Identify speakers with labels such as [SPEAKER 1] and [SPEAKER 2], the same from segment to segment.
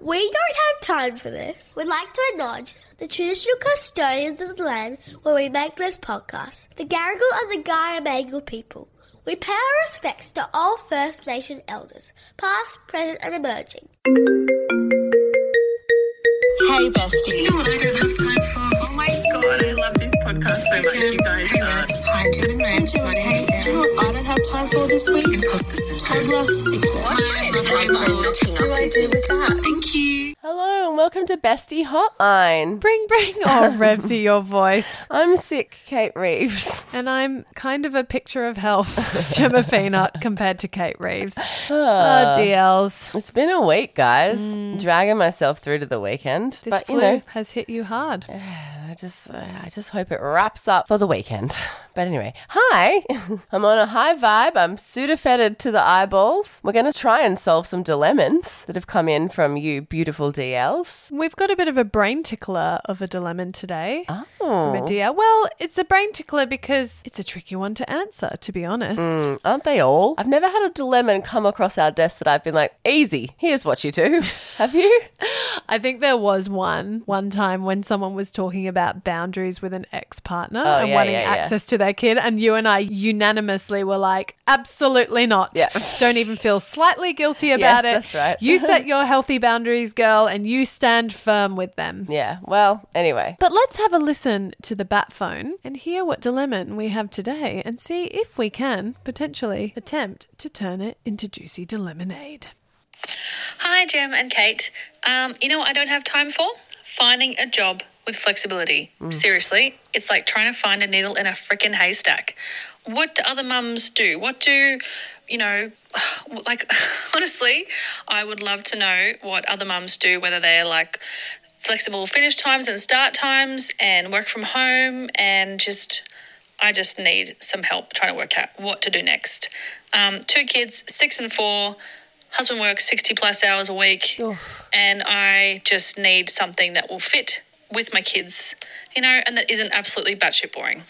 [SPEAKER 1] We don't have time for this. We'd like to acknowledge the traditional custodians of the land where we make this podcast, the Garigal and the Garamangal people. We pay our respects to all First Nation elders, past, present, and emerging.
[SPEAKER 2] Hey, bestie.
[SPEAKER 3] Do you know what I don't have time for?
[SPEAKER 2] Oh my god, I love this podcast so much, you guys.
[SPEAKER 3] Hey,
[SPEAKER 2] are-
[SPEAKER 3] Revs. Hi, Jim. My name's Money. Hey, Sam. Do you know what I don't have time for this week? Imposter syndrome. Toddler syndrome.
[SPEAKER 2] do I do with that?
[SPEAKER 3] Thank you.
[SPEAKER 4] Hello and welcome to Bestie Hotline.
[SPEAKER 5] Bring, bring. Oh, Revsy, your voice.
[SPEAKER 4] I'm sick, Kate Reeves.
[SPEAKER 5] And I'm kind of a picture of health, It's Gemma Peanut, compared to Kate Reeves. oh, DLs.
[SPEAKER 4] It's been a week, guys. Dragging myself through to the weekend.
[SPEAKER 5] This
[SPEAKER 4] but
[SPEAKER 5] flu
[SPEAKER 4] you know,
[SPEAKER 5] has hit you hard.
[SPEAKER 4] I just uh, I just hope it wraps up for the weekend. But anyway, hi. I'm on a high vibe. I'm sudafetted to the eyeballs. We're going to try and solve some dilemmas that have come in from you beautiful DLs.
[SPEAKER 5] We've got a bit of a brain tickler of a dilemma today.
[SPEAKER 4] Oh.
[SPEAKER 5] From a DL. Well, it's a brain tickler because it's a tricky one to answer, to be honest.
[SPEAKER 4] Mm, Aren't they all? I've never had a dilemma and come across our desk that I've been like, easy, here's what you do. Have you?
[SPEAKER 5] I think there was one one time when someone was talking about boundaries with an ex partner
[SPEAKER 4] Oh,
[SPEAKER 5] and
[SPEAKER 4] yeah,
[SPEAKER 5] wanting
[SPEAKER 4] yeah, yeah.
[SPEAKER 5] access to their kid, and you and I unanimously were like, "Absolutely not!
[SPEAKER 4] Yeah.
[SPEAKER 5] Don't even feel slightly guilty about it.
[SPEAKER 4] that's right.
[SPEAKER 5] You set your healthy boundaries, girl, and you stand firm with them."
[SPEAKER 4] Yeah. Well, anyway.
[SPEAKER 5] But let's have a listen to the bat phone and hear what dilemma we have today and see if we can potentially attempt to turn it into juicy lemonade.
[SPEAKER 6] Hi, Jem and Kate. Um, you know what I don't have time for? Finding a job with flexibility. Seriously, it's like trying to find a needle in a freaking haystack. What do other mums do? What do, you know, like, honestly, I would love to know what other mums do, whether they're like flexible finish times and start times and work from home and just I just need some help trying to work out what to do next. Um, two kids, six and four. Husband works 60 plus hours a week. And I just need something that will fit with my kids, you know, and that isn't absolutely batshit boring.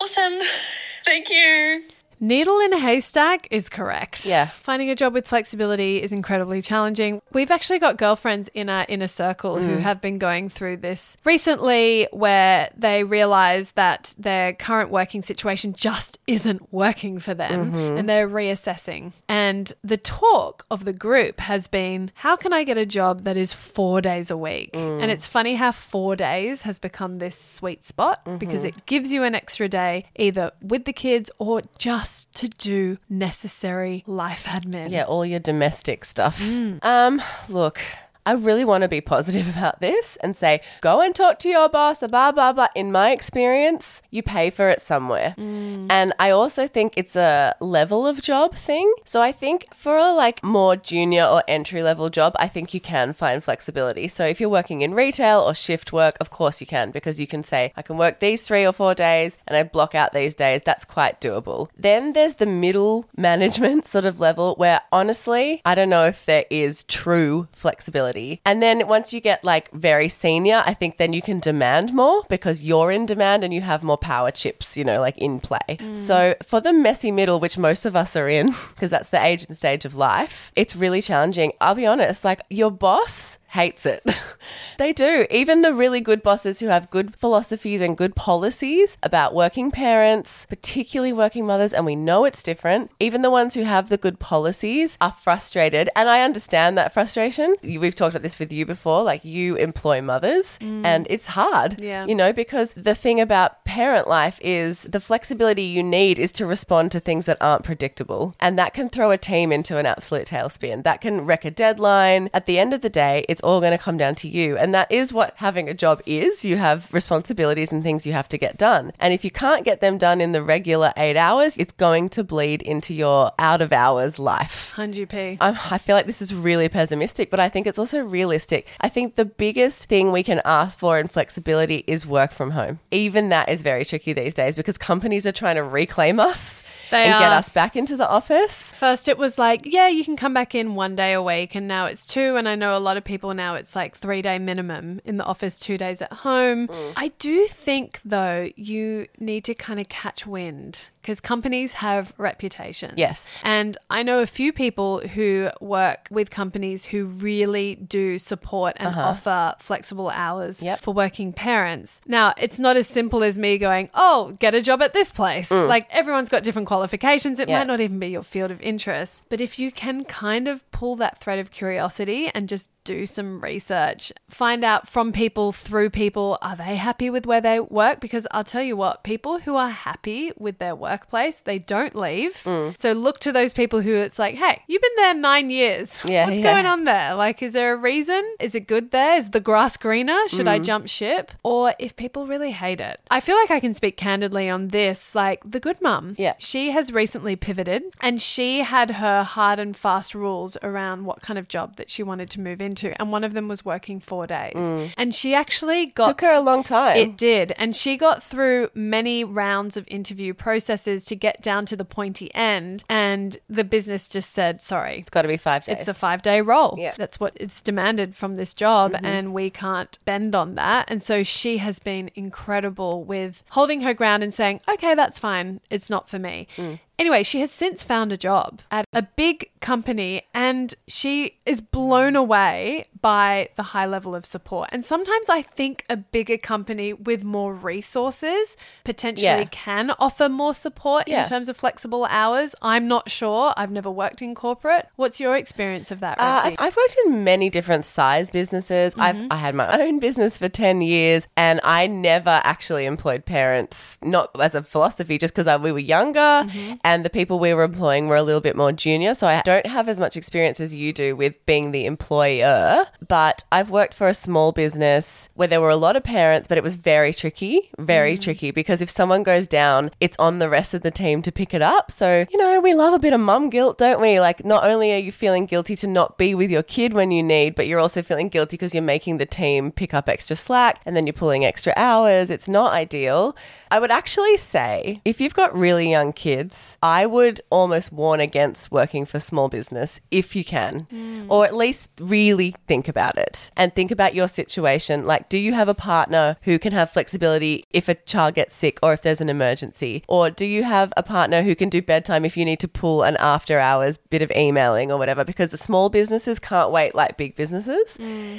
[SPEAKER 6] Awesome. Thank you.
[SPEAKER 5] Needle in a haystack is correct.
[SPEAKER 4] Yeah.
[SPEAKER 5] Finding a job with flexibility is incredibly challenging. We've actually got girlfriends in our inner circle who have been going through this recently where they realize that their current working situation just isn't working for them and they're reassessing. And the talk of the group has been how can I get a job that is four days a week? And it's funny how four days has become this sweet spot because it gives you an extra day either with the kids or just to do necessary life admin.
[SPEAKER 4] Yeah, all your domestic stuff. Um, look, I really want to be positive about this and say, go and talk to your boss, blah, blah, blah. In my experience, you pay for it somewhere. And I also think it's a level of job thing. So I think for a like more junior or entry level job, I think you can find flexibility. So if you're working in retail or shift work, of course you can, because you can say, I can work these three or four days and I block out these days. That's quite doable. Then there's the middle management sort of level where honestly, I don't know if there is true flexibility. And then once you get like very senior, I think then you can demand more because you're in demand and you have more power chips, you know, like in play. So for the messy middle, which most of us are in, because that's the age and stage of life, it's really challenging. I'll be honest, like your boss hates it. they do. Even the really good bosses who have good philosophies and good policies about working parents, particularly working mothers, and we know it's different, even the ones who have the good policies are frustrated. And I understand that frustration. You- We've talked about this with you before. Like, you employ mothers, and it's hard.
[SPEAKER 5] Yeah.
[SPEAKER 4] You know, because the thing about parent life is the flexibility you need is to respond to things that aren't predictable. And that can throw a team into an absolute tailspin. That can wreck a deadline. At the end of the day, it's all going to come down to you. And that is what having a job is. You have responsibilities and things you have to get done. And if you can't get them done in the regular eight hours, it's going to bleed into your out of hours life.
[SPEAKER 5] 100p.
[SPEAKER 4] I'm, I feel like this is really pessimistic, but I think it's also realistic. I think the biggest thing we can ask for in flexibility is work from home. Even that is very tricky these days because companies are trying to reclaim us
[SPEAKER 5] They
[SPEAKER 4] and get
[SPEAKER 5] are.
[SPEAKER 4] us back into the office.
[SPEAKER 5] First, it was like, yeah, you can come back in one day a week, and now it's two. And I know a lot of people now it's like three day minimum in the office, two
[SPEAKER 4] Mm.
[SPEAKER 5] days at home. I do think, though, you need to kind of catch wind because companies have reputations.
[SPEAKER 4] Yes.
[SPEAKER 5] And I know a few people who work with companies who really do support and offer flexible hours
[SPEAKER 4] Uh-huh. Yep.
[SPEAKER 5] for working parents. Now, it's not as simple as me going, oh, get a job at this place.
[SPEAKER 4] Mm.
[SPEAKER 5] Like everyone's got different qualifications. It
[SPEAKER 4] Yeah.
[SPEAKER 5] might not even be your field of interest. But if you can kind of pull that thread of curiosity and just do some research, find out from people, through people, are they happy with where they work? Because I'll tell you what, people who are happy with their workplace, they don't leave.
[SPEAKER 4] Mm.
[SPEAKER 5] So look to those people who it's like, hey, you've been there nine years.
[SPEAKER 4] Yeah,
[SPEAKER 5] What's
[SPEAKER 4] yeah.
[SPEAKER 5] going on there? Like, is there a reason? Is it good there? Is the grass greener? Should
[SPEAKER 4] Mm.
[SPEAKER 5] I jump ship? Or if people really hate it? I feel like I can speak candidly on this. Like, the good mum.
[SPEAKER 4] Yeah.
[SPEAKER 5] She has recently pivoted and she had her hard and fast rules around what kind of job that she wanted to move into. And one of them was working four days. And she actually got.
[SPEAKER 4] Mm. Took her a long time.
[SPEAKER 5] It did. And she got through many rounds of interview processes to get down to the pointy end. And the business just said, sorry,
[SPEAKER 4] it's got to be five days.
[SPEAKER 5] it's a five day role.
[SPEAKER 4] Yeah. Mm-hmm.
[SPEAKER 5] That's what it's demanded from this job, and we can't bend on that. And so she has been incredible with holding her ground and saying, okay, that's fine. It's not for me.
[SPEAKER 4] Mm.
[SPEAKER 5] Anyway, she has since found a job at a big company and she is blown away by the high level of support. And sometimes I think a bigger company with more resources potentially
[SPEAKER 4] Yeah.
[SPEAKER 5] can offer more support
[SPEAKER 4] Yeah.
[SPEAKER 5] in terms of flexible hours. I'm not sure. I've never worked in corporate. What's your experience of that,
[SPEAKER 4] Uh,
[SPEAKER 5] Rosie?
[SPEAKER 4] I've, I've worked in many different size businesses. I've I had my own business for ten years, and I never actually employed parents. Not as a philosophy, just because we were younger, and the people we were employing were a little bit more junior. So I don't have as much experience as you do with being the employer. But I've worked for a small business where there were a lot of parents, but it was very tricky, very tricky because if someone goes down, it's on the rest of the team to pick it up. So you know, we love a bit of mum guilt, don't we? Like not only are you feeling guilty to not be with your kid when you need, but you're also feeling guilty because you're making the team pick up extra slack and then you're pulling extra hours. It's not ideal. I would actually say if you've got really young kids, I would almost warn against working for small business if you can, or at least really think about it and think about your situation. Like, do you have a partner who can have flexibility if a child gets sick or if there's an emergency? Or do you have a partner who can do bedtime if you need to pull an after hours bit of emailing or whatever? Because the small businesses can't wait like big businesses.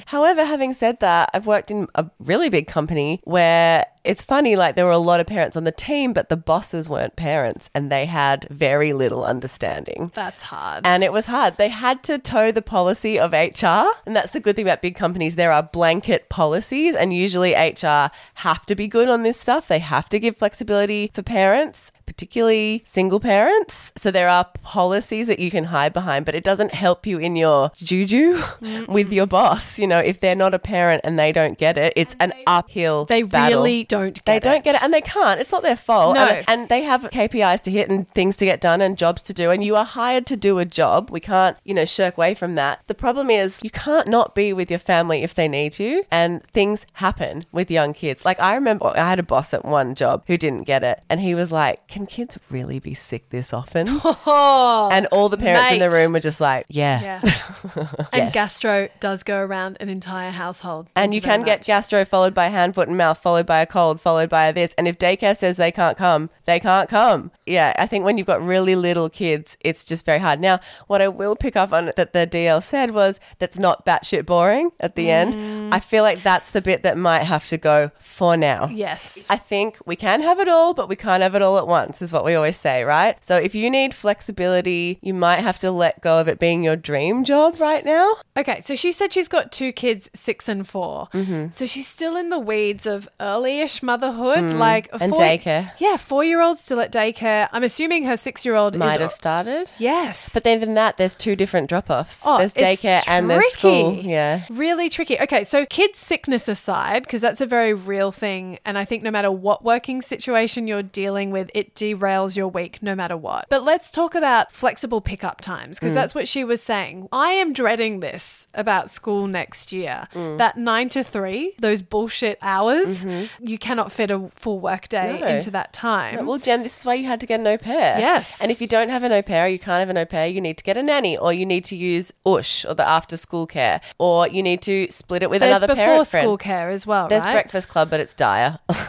[SPEAKER 4] However, having said that, I've worked in a really big company where it's funny, like there were a lot of parents on the team, but the bosses weren't parents and they had very little understanding.
[SPEAKER 5] That's hard.
[SPEAKER 4] And it was hard. They had to toe the policy of HR. And that's the good thing about big companies. There are blanket policies, and usually HR have to be good on this stuff. They have to give flexibility for parents, particularly single parents. So there are policies that you can hide behind, but it doesn't help you in your juju with your boss. You know, if they're not a parent and they don't get it, it's an uphill
[SPEAKER 5] they
[SPEAKER 4] battle.
[SPEAKER 5] really don't get
[SPEAKER 4] They don't
[SPEAKER 5] it.
[SPEAKER 4] get it, and they can't. It's not their fault.
[SPEAKER 5] No.
[SPEAKER 4] And, and they have KPIs to hit and things to get done and jobs to do, and you are hired to do a job. We can't, you know, shirk away from that. The problem is you can't not be with your family if they need you, and things happen with young kids. Like I remember I had a boss at one job who didn't get it, and he was like, "Can kids really be sick this often?"
[SPEAKER 5] Oh.
[SPEAKER 4] and all the parents in the
[SPEAKER 5] mate.
[SPEAKER 4] room were just like, "Yeah."
[SPEAKER 5] yeah. And gastro does go around an entire household.
[SPEAKER 4] And
[SPEAKER 5] Thank
[SPEAKER 4] you
[SPEAKER 5] very
[SPEAKER 4] can get
[SPEAKER 5] much.
[SPEAKER 4] gastro followed by hand, foot, and mouth, followed by a cold, followed by a this. And if daycare says they can't come, they can't come. Yeah, I think when you've got really little kids, it's just very hard. Now, what I will pick up on that the DL said was that's not batshit boring at the
[SPEAKER 5] Mm.
[SPEAKER 4] end. I feel like that's the bit that might have to go for now.
[SPEAKER 5] Yes.
[SPEAKER 4] I think we can have it all, but we can't have it all at once, is what we always say, right? So if you need flexibility, you might have to let go of it being your dream job right now.
[SPEAKER 5] Okay, so she said she's got two kids, six and 4
[SPEAKER 4] Mm-hmm.
[SPEAKER 5] So she's still in the weeds of early-ish motherhood, like a
[SPEAKER 4] Mm. And
[SPEAKER 5] four-
[SPEAKER 4] daycare.
[SPEAKER 5] Yeah, four-year-old still at daycare. I'm assuming her six-year-old is,
[SPEAKER 4] Might have started.
[SPEAKER 5] Yes,
[SPEAKER 4] But then than that, there's two different drop offs. there's
[SPEAKER 5] Oh, it's
[SPEAKER 4] daycare and there's school.
[SPEAKER 5] tricky.
[SPEAKER 4] Yeah.
[SPEAKER 5] Really tricky. Okay, so kids' sickness aside, because that's a very real thing. And I think no matter what working situation you're dealing with, it derails your week no matter what. But let's talk about flexible pickup times,
[SPEAKER 4] Mm.
[SPEAKER 5] because that's what she was saying. I am dreading this about school next year
[SPEAKER 4] Mm.
[SPEAKER 5] that nine to three, those bullshit hours, you cannot fit a full workday
[SPEAKER 4] Mm-hmm. No.
[SPEAKER 5] into that time.
[SPEAKER 4] Well, Jen, this is why you had to get an au pair.
[SPEAKER 5] Yes.
[SPEAKER 4] And if you don't have an au pair, you can't have an au pair, you need to get a nanny or you need to use USH or the after school care or you need to split it with a
[SPEAKER 5] there's
[SPEAKER 4] another
[SPEAKER 5] before
[SPEAKER 4] parent friend.
[SPEAKER 5] school care as well,
[SPEAKER 4] There's
[SPEAKER 5] Oh, right?
[SPEAKER 4] breakfast club, but it's dire.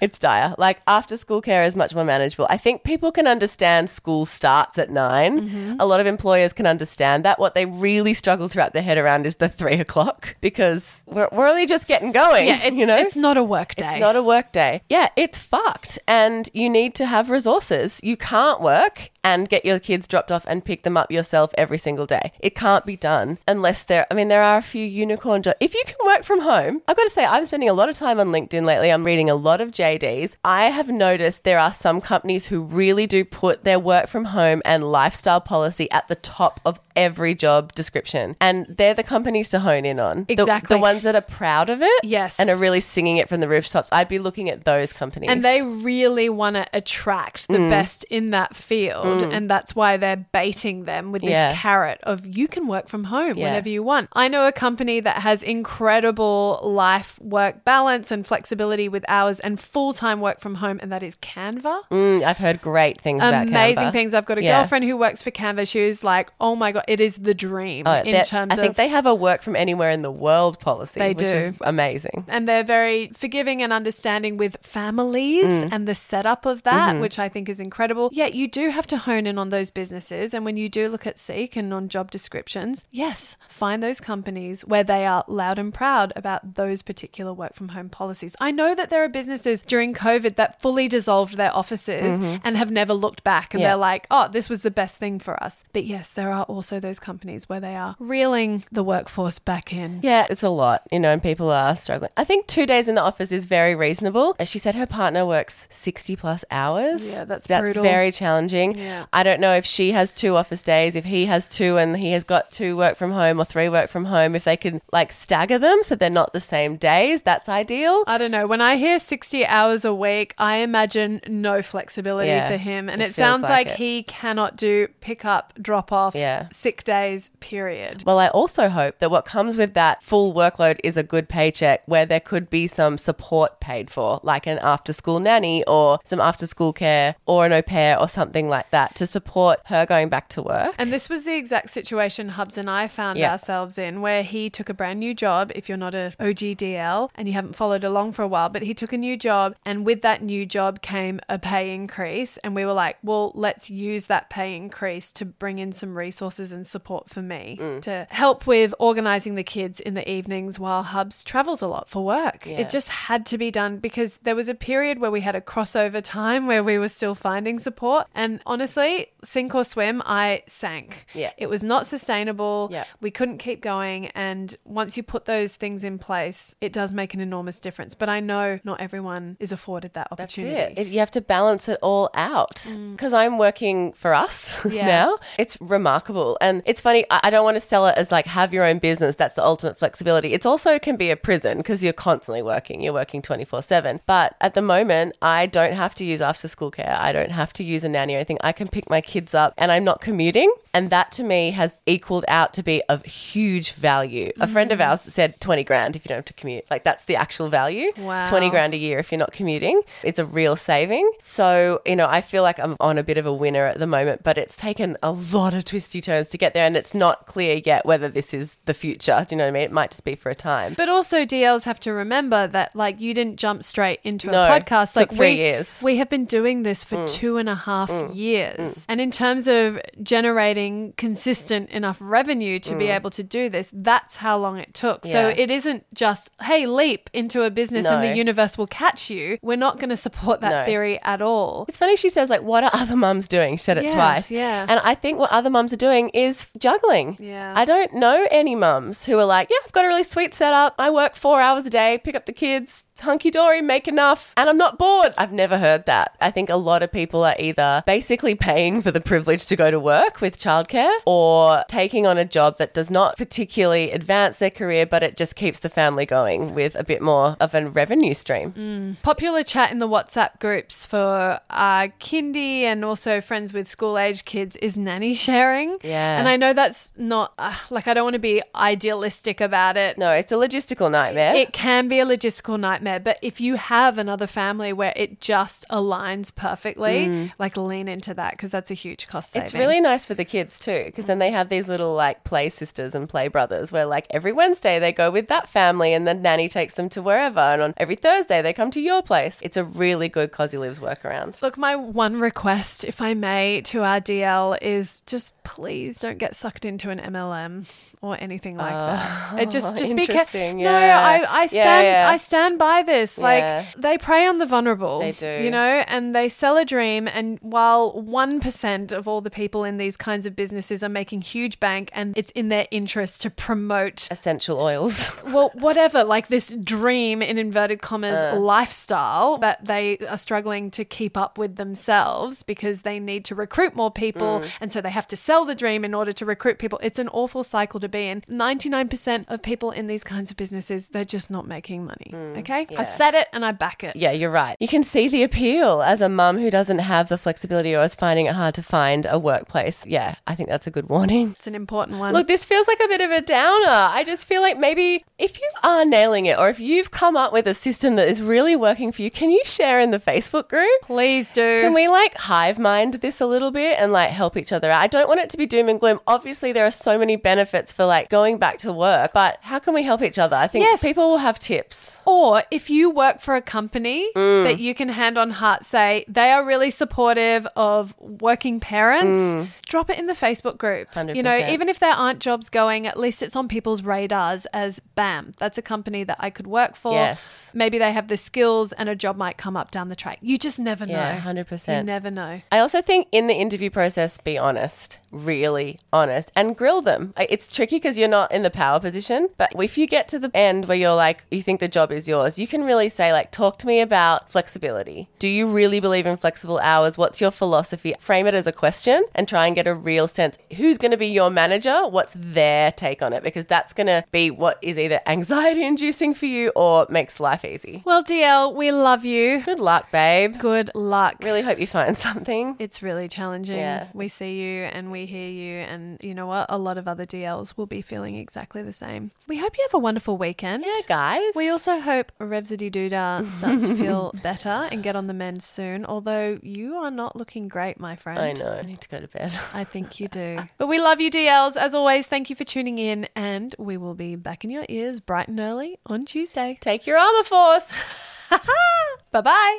[SPEAKER 4] it's dire. Like after school care is much more manageable. I think people can understand school starts at 9
[SPEAKER 5] Mm-hmm.
[SPEAKER 4] A lot of employers can understand that. What they really struggle to wrap their head around is the three o'clock because we're, we're only just getting going.
[SPEAKER 5] yeah, it's,
[SPEAKER 4] you know?
[SPEAKER 5] it's not a work day.
[SPEAKER 4] It's not a work day. Yeah, it's fucked. And you need to have resources. You can't work and get your kids dropped off and pick them up yourself every single day. It can't be done unless there, I mean, there are a few unicorn jobs. If you can work from home, I've got to say, I'm spending a lot of time on LinkedIn lately. I'm reading a lot of JDs. I have noticed there are some companies who really do put their work from home and lifestyle policy at the top of every job description. And they're the companies to hone in on. The-
[SPEAKER 5] Exactly.
[SPEAKER 4] the ones that are proud of it
[SPEAKER 5] Yes.
[SPEAKER 4] and are really singing it from the rooftops. I'd be looking at those companies.
[SPEAKER 5] and they really want to attract the
[SPEAKER 4] Mm.
[SPEAKER 5] best in that field and that's why they're baiting them with
[SPEAKER 4] Yeah.
[SPEAKER 5] this carrot of you can work from home
[SPEAKER 4] Yeah.
[SPEAKER 5] whenever you want i know a company that has incredible life work balance and flexibility with hours and full-time work from home and that is canva
[SPEAKER 4] Mm, I've heard great things about
[SPEAKER 5] amazing
[SPEAKER 4] Canva.
[SPEAKER 5] things i've got a
[SPEAKER 4] Yeah.
[SPEAKER 5] girlfriend who works for canva she was like oh my god it is the dream
[SPEAKER 4] Oh,
[SPEAKER 5] in
[SPEAKER 4] they're-
[SPEAKER 5] terms
[SPEAKER 4] I think
[SPEAKER 5] of
[SPEAKER 4] they have a work from anywhere in the world policy,
[SPEAKER 5] They
[SPEAKER 4] which is
[SPEAKER 5] do.
[SPEAKER 4] amazing.
[SPEAKER 5] and they're very forgiving and understanding with families and the setup of that, which I think is incredible. Yet you do have to hone in on those businesses. And when you do look at Seek and on job descriptions, yes, find those companies where they are loud and proud about those particular work from home policies. I know that there are businesses during COVID that fully dissolved their offices and have never looked back and
[SPEAKER 4] Yeah.
[SPEAKER 5] they're like, oh, this was the best thing for us. But yes, there are also those companies where they are reeling the workforce back in.
[SPEAKER 4] Yeah, it's a lot, you know, and people are struggling. I think two days in the office is very reasonable. As she said, her partner works 60 plus hours.
[SPEAKER 5] Yeah, that's
[SPEAKER 4] That's
[SPEAKER 5] brutal.
[SPEAKER 4] very challenging.
[SPEAKER 5] Yeah.
[SPEAKER 4] I don't know if she has two office days, if he has two and he has got two work from home or three work from home, if they can like stagger them so they're not the same days, that's ideal.
[SPEAKER 5] I don't know. When I hear 60 hours a week, I imagine no flexibility
[SPEAKER 4] Yeah,
[SPEAKER 5] for him. And
[SPEAKER 4] it
[SPEAKER 5] it,
[SPEAKER 4] feels
[SPEAKER 5] sounds
[SPEAKER 4] like
[SPEAKER 5] like,
[SPEAKER 4] it.
[SPEAKER 5] he cannot do pick up, drop offs,
[SPEAKER 4] Yeah.
[SPEAKER 5] sick days, period.
[SPEAKER 4] Well, I also hope that what comes with that full workload is a good paycheck where there could be some support paid for, like an after school nanny or some after school care or an au pair or something like that to support her going back to work.
[SPEAKER 5] And this was the exact situation Hubs and I found
[SPEAKER 4] Yeah.
[SPEAKER 5] ourselves in, where he took a brand new job. If you're not a OGDL and you haven't followed along for a while, but he took a new job, and with that new job came a pay increase. And we were like, well, let's use that pay increase to bring in some resources and support for me to help with organizing the kids in the evenings while Hubs travels a lot for work. It just had to be done because there was a period where we had a crossover time where we were still finding support. And honestly, sink or swim, I sank.
[SPEAKER 4] Yeah.
[SPEAKER 5] It was not sustainable.
[SPEAKER 4] Yeah.
[SPEAKER 5] We couldn't keep going. And once you put those things in place, it does make an enormous difference. But I know not everyone is afforded that
[SPEAKER 4] That's
[SPEAKER 5] opportunity.
[SPEAKER 4] it.
[SPEAKER 5] Mm.
[SPEAKER 4] It- You have to balance it all out because I'm working for us
[SPEAKER 5] Yeah.
[SPEAKER 4] now. It's remarkable. And it's funny, I I don't want to sell it as like have your own business. That's the ultimate flexibility. It's also can be a prison because you're constantly working, you're working 24 7. But at the moment, I don't have to use after school care. I don't have to use a nanny or anything. I can pick my kids up and I'm not commuting. And that to me has equaled out to be of huge value. A
[SPEAKER 5] Mm.
[SPEAKER 4] friend of ours said 20 grand if you don't have to commute. Like that's the actual value.
[SPEAKER 5] Wow.
[SPEAKER 4] 20 grand grand a year if you're not commuting. It's a real saving. So, you know, I feel like I'm on a bit of a winner at the moment, but it's taken a lot of twisty turns to get there and it's not clear yet whether this is the future. Do you know what I mean? It might just be for a time.
[SPEAKER 5] But also, DLs have to remember that, like, you didn't jump straight into
[SPEAKER 4] No,
[SPEAKER 5] a podcast.
[SPEAKER 4] took
[SPEAKER 5] Like,
[SPEAKER 4] three
[SPEAKER 5] we,
[SPEAKER 4] years. Mm.
[SPEAKER 5] we have been doing this for two and a half years. And in terms of generating consistent enough revenue to be able to do this, that's how long it took. So
[SPEAKER 4] Mm. Yeah.
[SPEAKER 5] it isn't just, hey, leap into a business and
[SPEAKER 4] No.
[SPEAKER 5] the universe will catch you. We're not going to support that
[SPEAKER 4] No.
[SPEAKER 5] theory at all.
[SPEAKER 4] It's funny she says like, "What are other mums doing?" She said it
[SPEAKER 5] Yeah,
[SPEAKER 4] twice.
[SPEAKER 5] yeah.
[SPEAKER 4] And I think what other mums are doing is juggling.
[SPEAKER 5] Yeah.
[SPEAKER 4] I don't know any mums who are like, "Yeah, I've got a really sweet setup. I work four hours a day, pick up the kids, it's hunky dory, make enough, and I'm not bored." I've never heard that. I think a lot of people are either basically paying for the privilege to go to work with childcare, or taking on a job that does not particularly advance their career, but it just keeps the family going with a bit more of a revenue stream.
[SPEAKER 5] Mm. popular chat in the WhatsApp groups for uh, kindy and also friends with school age kids is nanny sharing.
[SPEAKER 4] Yeah.
[SPEAKER 5] and I know that's not uh, like I don't want to be idealistic about it.
[SPEAKER 4] No, it's a logistical nightmare.
[SPEAKER 5] It can be a logistical nightmare, nightmare. But if you have another family where it just aligns perfectly, like lean into that because that's a huge cost saving.
[SPEAKER 4] Mm. It's really nice for the kids too, because then they have these little like play sisters and play brothers where like every Wednesday they go with that family and then nanny takes them to wherever. And on every Thursday they come to your place. It's a really good Cosy Lives workaround.
[SPEAKER 5] Look, my one request, if I may, to our DL is just please don't get sucked into an MLM or anything like that. It just just be careful.
[SPEAKER 4] Oh, interesting,
[SPEAKER 5] No,
[SPEAKER 4] yeah.
[SPEAKER 5] I, I
[SPEAKER 4] Yeah,
[SPEAKER 5] stand
[SPEAKER 4] yeah.
[SPEAKER 5] I stand by this.
[SPEAKER 4] Yeah.
[SPEAKER 5] Like they prey on the vulnerable.
[SPEAKER 4] They do.
[SPEAKER 5] You know, and they sell a dream and while one percent of all the people in these kinds of businesses are making huge bank and it's in their interest to promote
[SPEAKER 4] Essential oils.
[SPEAKER 5] well, whatever, like this dream in inverted commas
[SPEAKER 4] Uh.
[SPEAKER 5] lifestyle that they are struggling to keep up with themselves because they need to recruit more people.
[SPEAKER 4] Mm.
[SPEAKER 5] And so they have to sell the dream in order to recruit people. It's an awful cycle to be in. 99% of people in these kinds of businesses, they're just not making money. okay. I said it and I back it.
[SPEAKER 4] Mm. Yeah, you're right. You can see the appeal as a mum who doesn't have the flexibility or is finding it hard to find a workplace. Yeah, I think that's a good warning.
[SPEAKER 5] It's an important one.
[SPEAKER 4] Look, this feels like a bit of a downer. I just feel like maybe if you are nailing it or if you've come up with a system that is really working for you, can you share in the Facebook group?
[SPEAKER 5] please do.
[SPEAKER 4] Can we like hive mind this a little bit and like help each other out? I don't want it to be doom and gloom. Obviously, there are so many benefits for like going back to work, but how can we help each other? I think
[SPEAKER 5] Yes.
[SPEAKER 4] people will have tips.
[SPEAKER 5] Or if you work for a company
[SPEAKER 4] Mm.
[SPEAKER 5] that you can hand on heart say they are really supportive of working parents,
[SPEAKER 4] Mm.
[SPEAKER 5] drop it in the Facebook group. You know,
[SPEAKER 4] 100%.
[SPEAKER 5] even if there aren't jobs going, at least it's on people's radars as bam, that's a company that I could work for.
[SPEAKER 4] Yes.
[SPEAKER 5] Maybe they have the skills and a job might come up down the track. You just never
[SPEAKER 4] Yeah,
[SPEAKER 5] know.
[SPEAKER 4] 100%.
[SPEAKER 5] You never know.
[SPEAKER 4] I also think in the interview process, be honest, really honest, and grill them. I- It's tricky because you're not in the power position, but if you get to the end where you're like, you think the job is yours, you can really say, like, talk to me about flexibility. Do you really believe in flexible hours? What's your philosophy? Frame it as a question and try and get a real sense who's going to be your manager? What's their take on it? Because that's going to be what is either anxiety inducing for you or makes life easy.
[SPEAKER 5] Well, DL, we love you.
[SPEAKER 4] Good luck, babe.
[SPEAKER 5] Good luck.
[SPEAKER 4] Really hope you find something.
[SPEAKER 5] It's really challenging.
[SPEAKER 4] Yeah.
[SPEAKER 5] We see you and we hear you, and you know what? A lot of other DLs will be feeling exactly the same. We hope you have a wonderful weekend.
[SPEAKER 4] Yeah, guys.
[SPEAKER 5] We also hope Revzity Doodah starts to feel better and get on the mend soon, although you are not looking great, my friend.
[SPEAKER 4] I know. I need to go to bed.
[SPEAKER 5] I think you do. But we love you, DLs. As always, thank you for tuning in, and we will be back in your ears bright and early on Tuesday.
[SPEAKER 4] Take your armor force.
[SPEAKER 5] bye bye.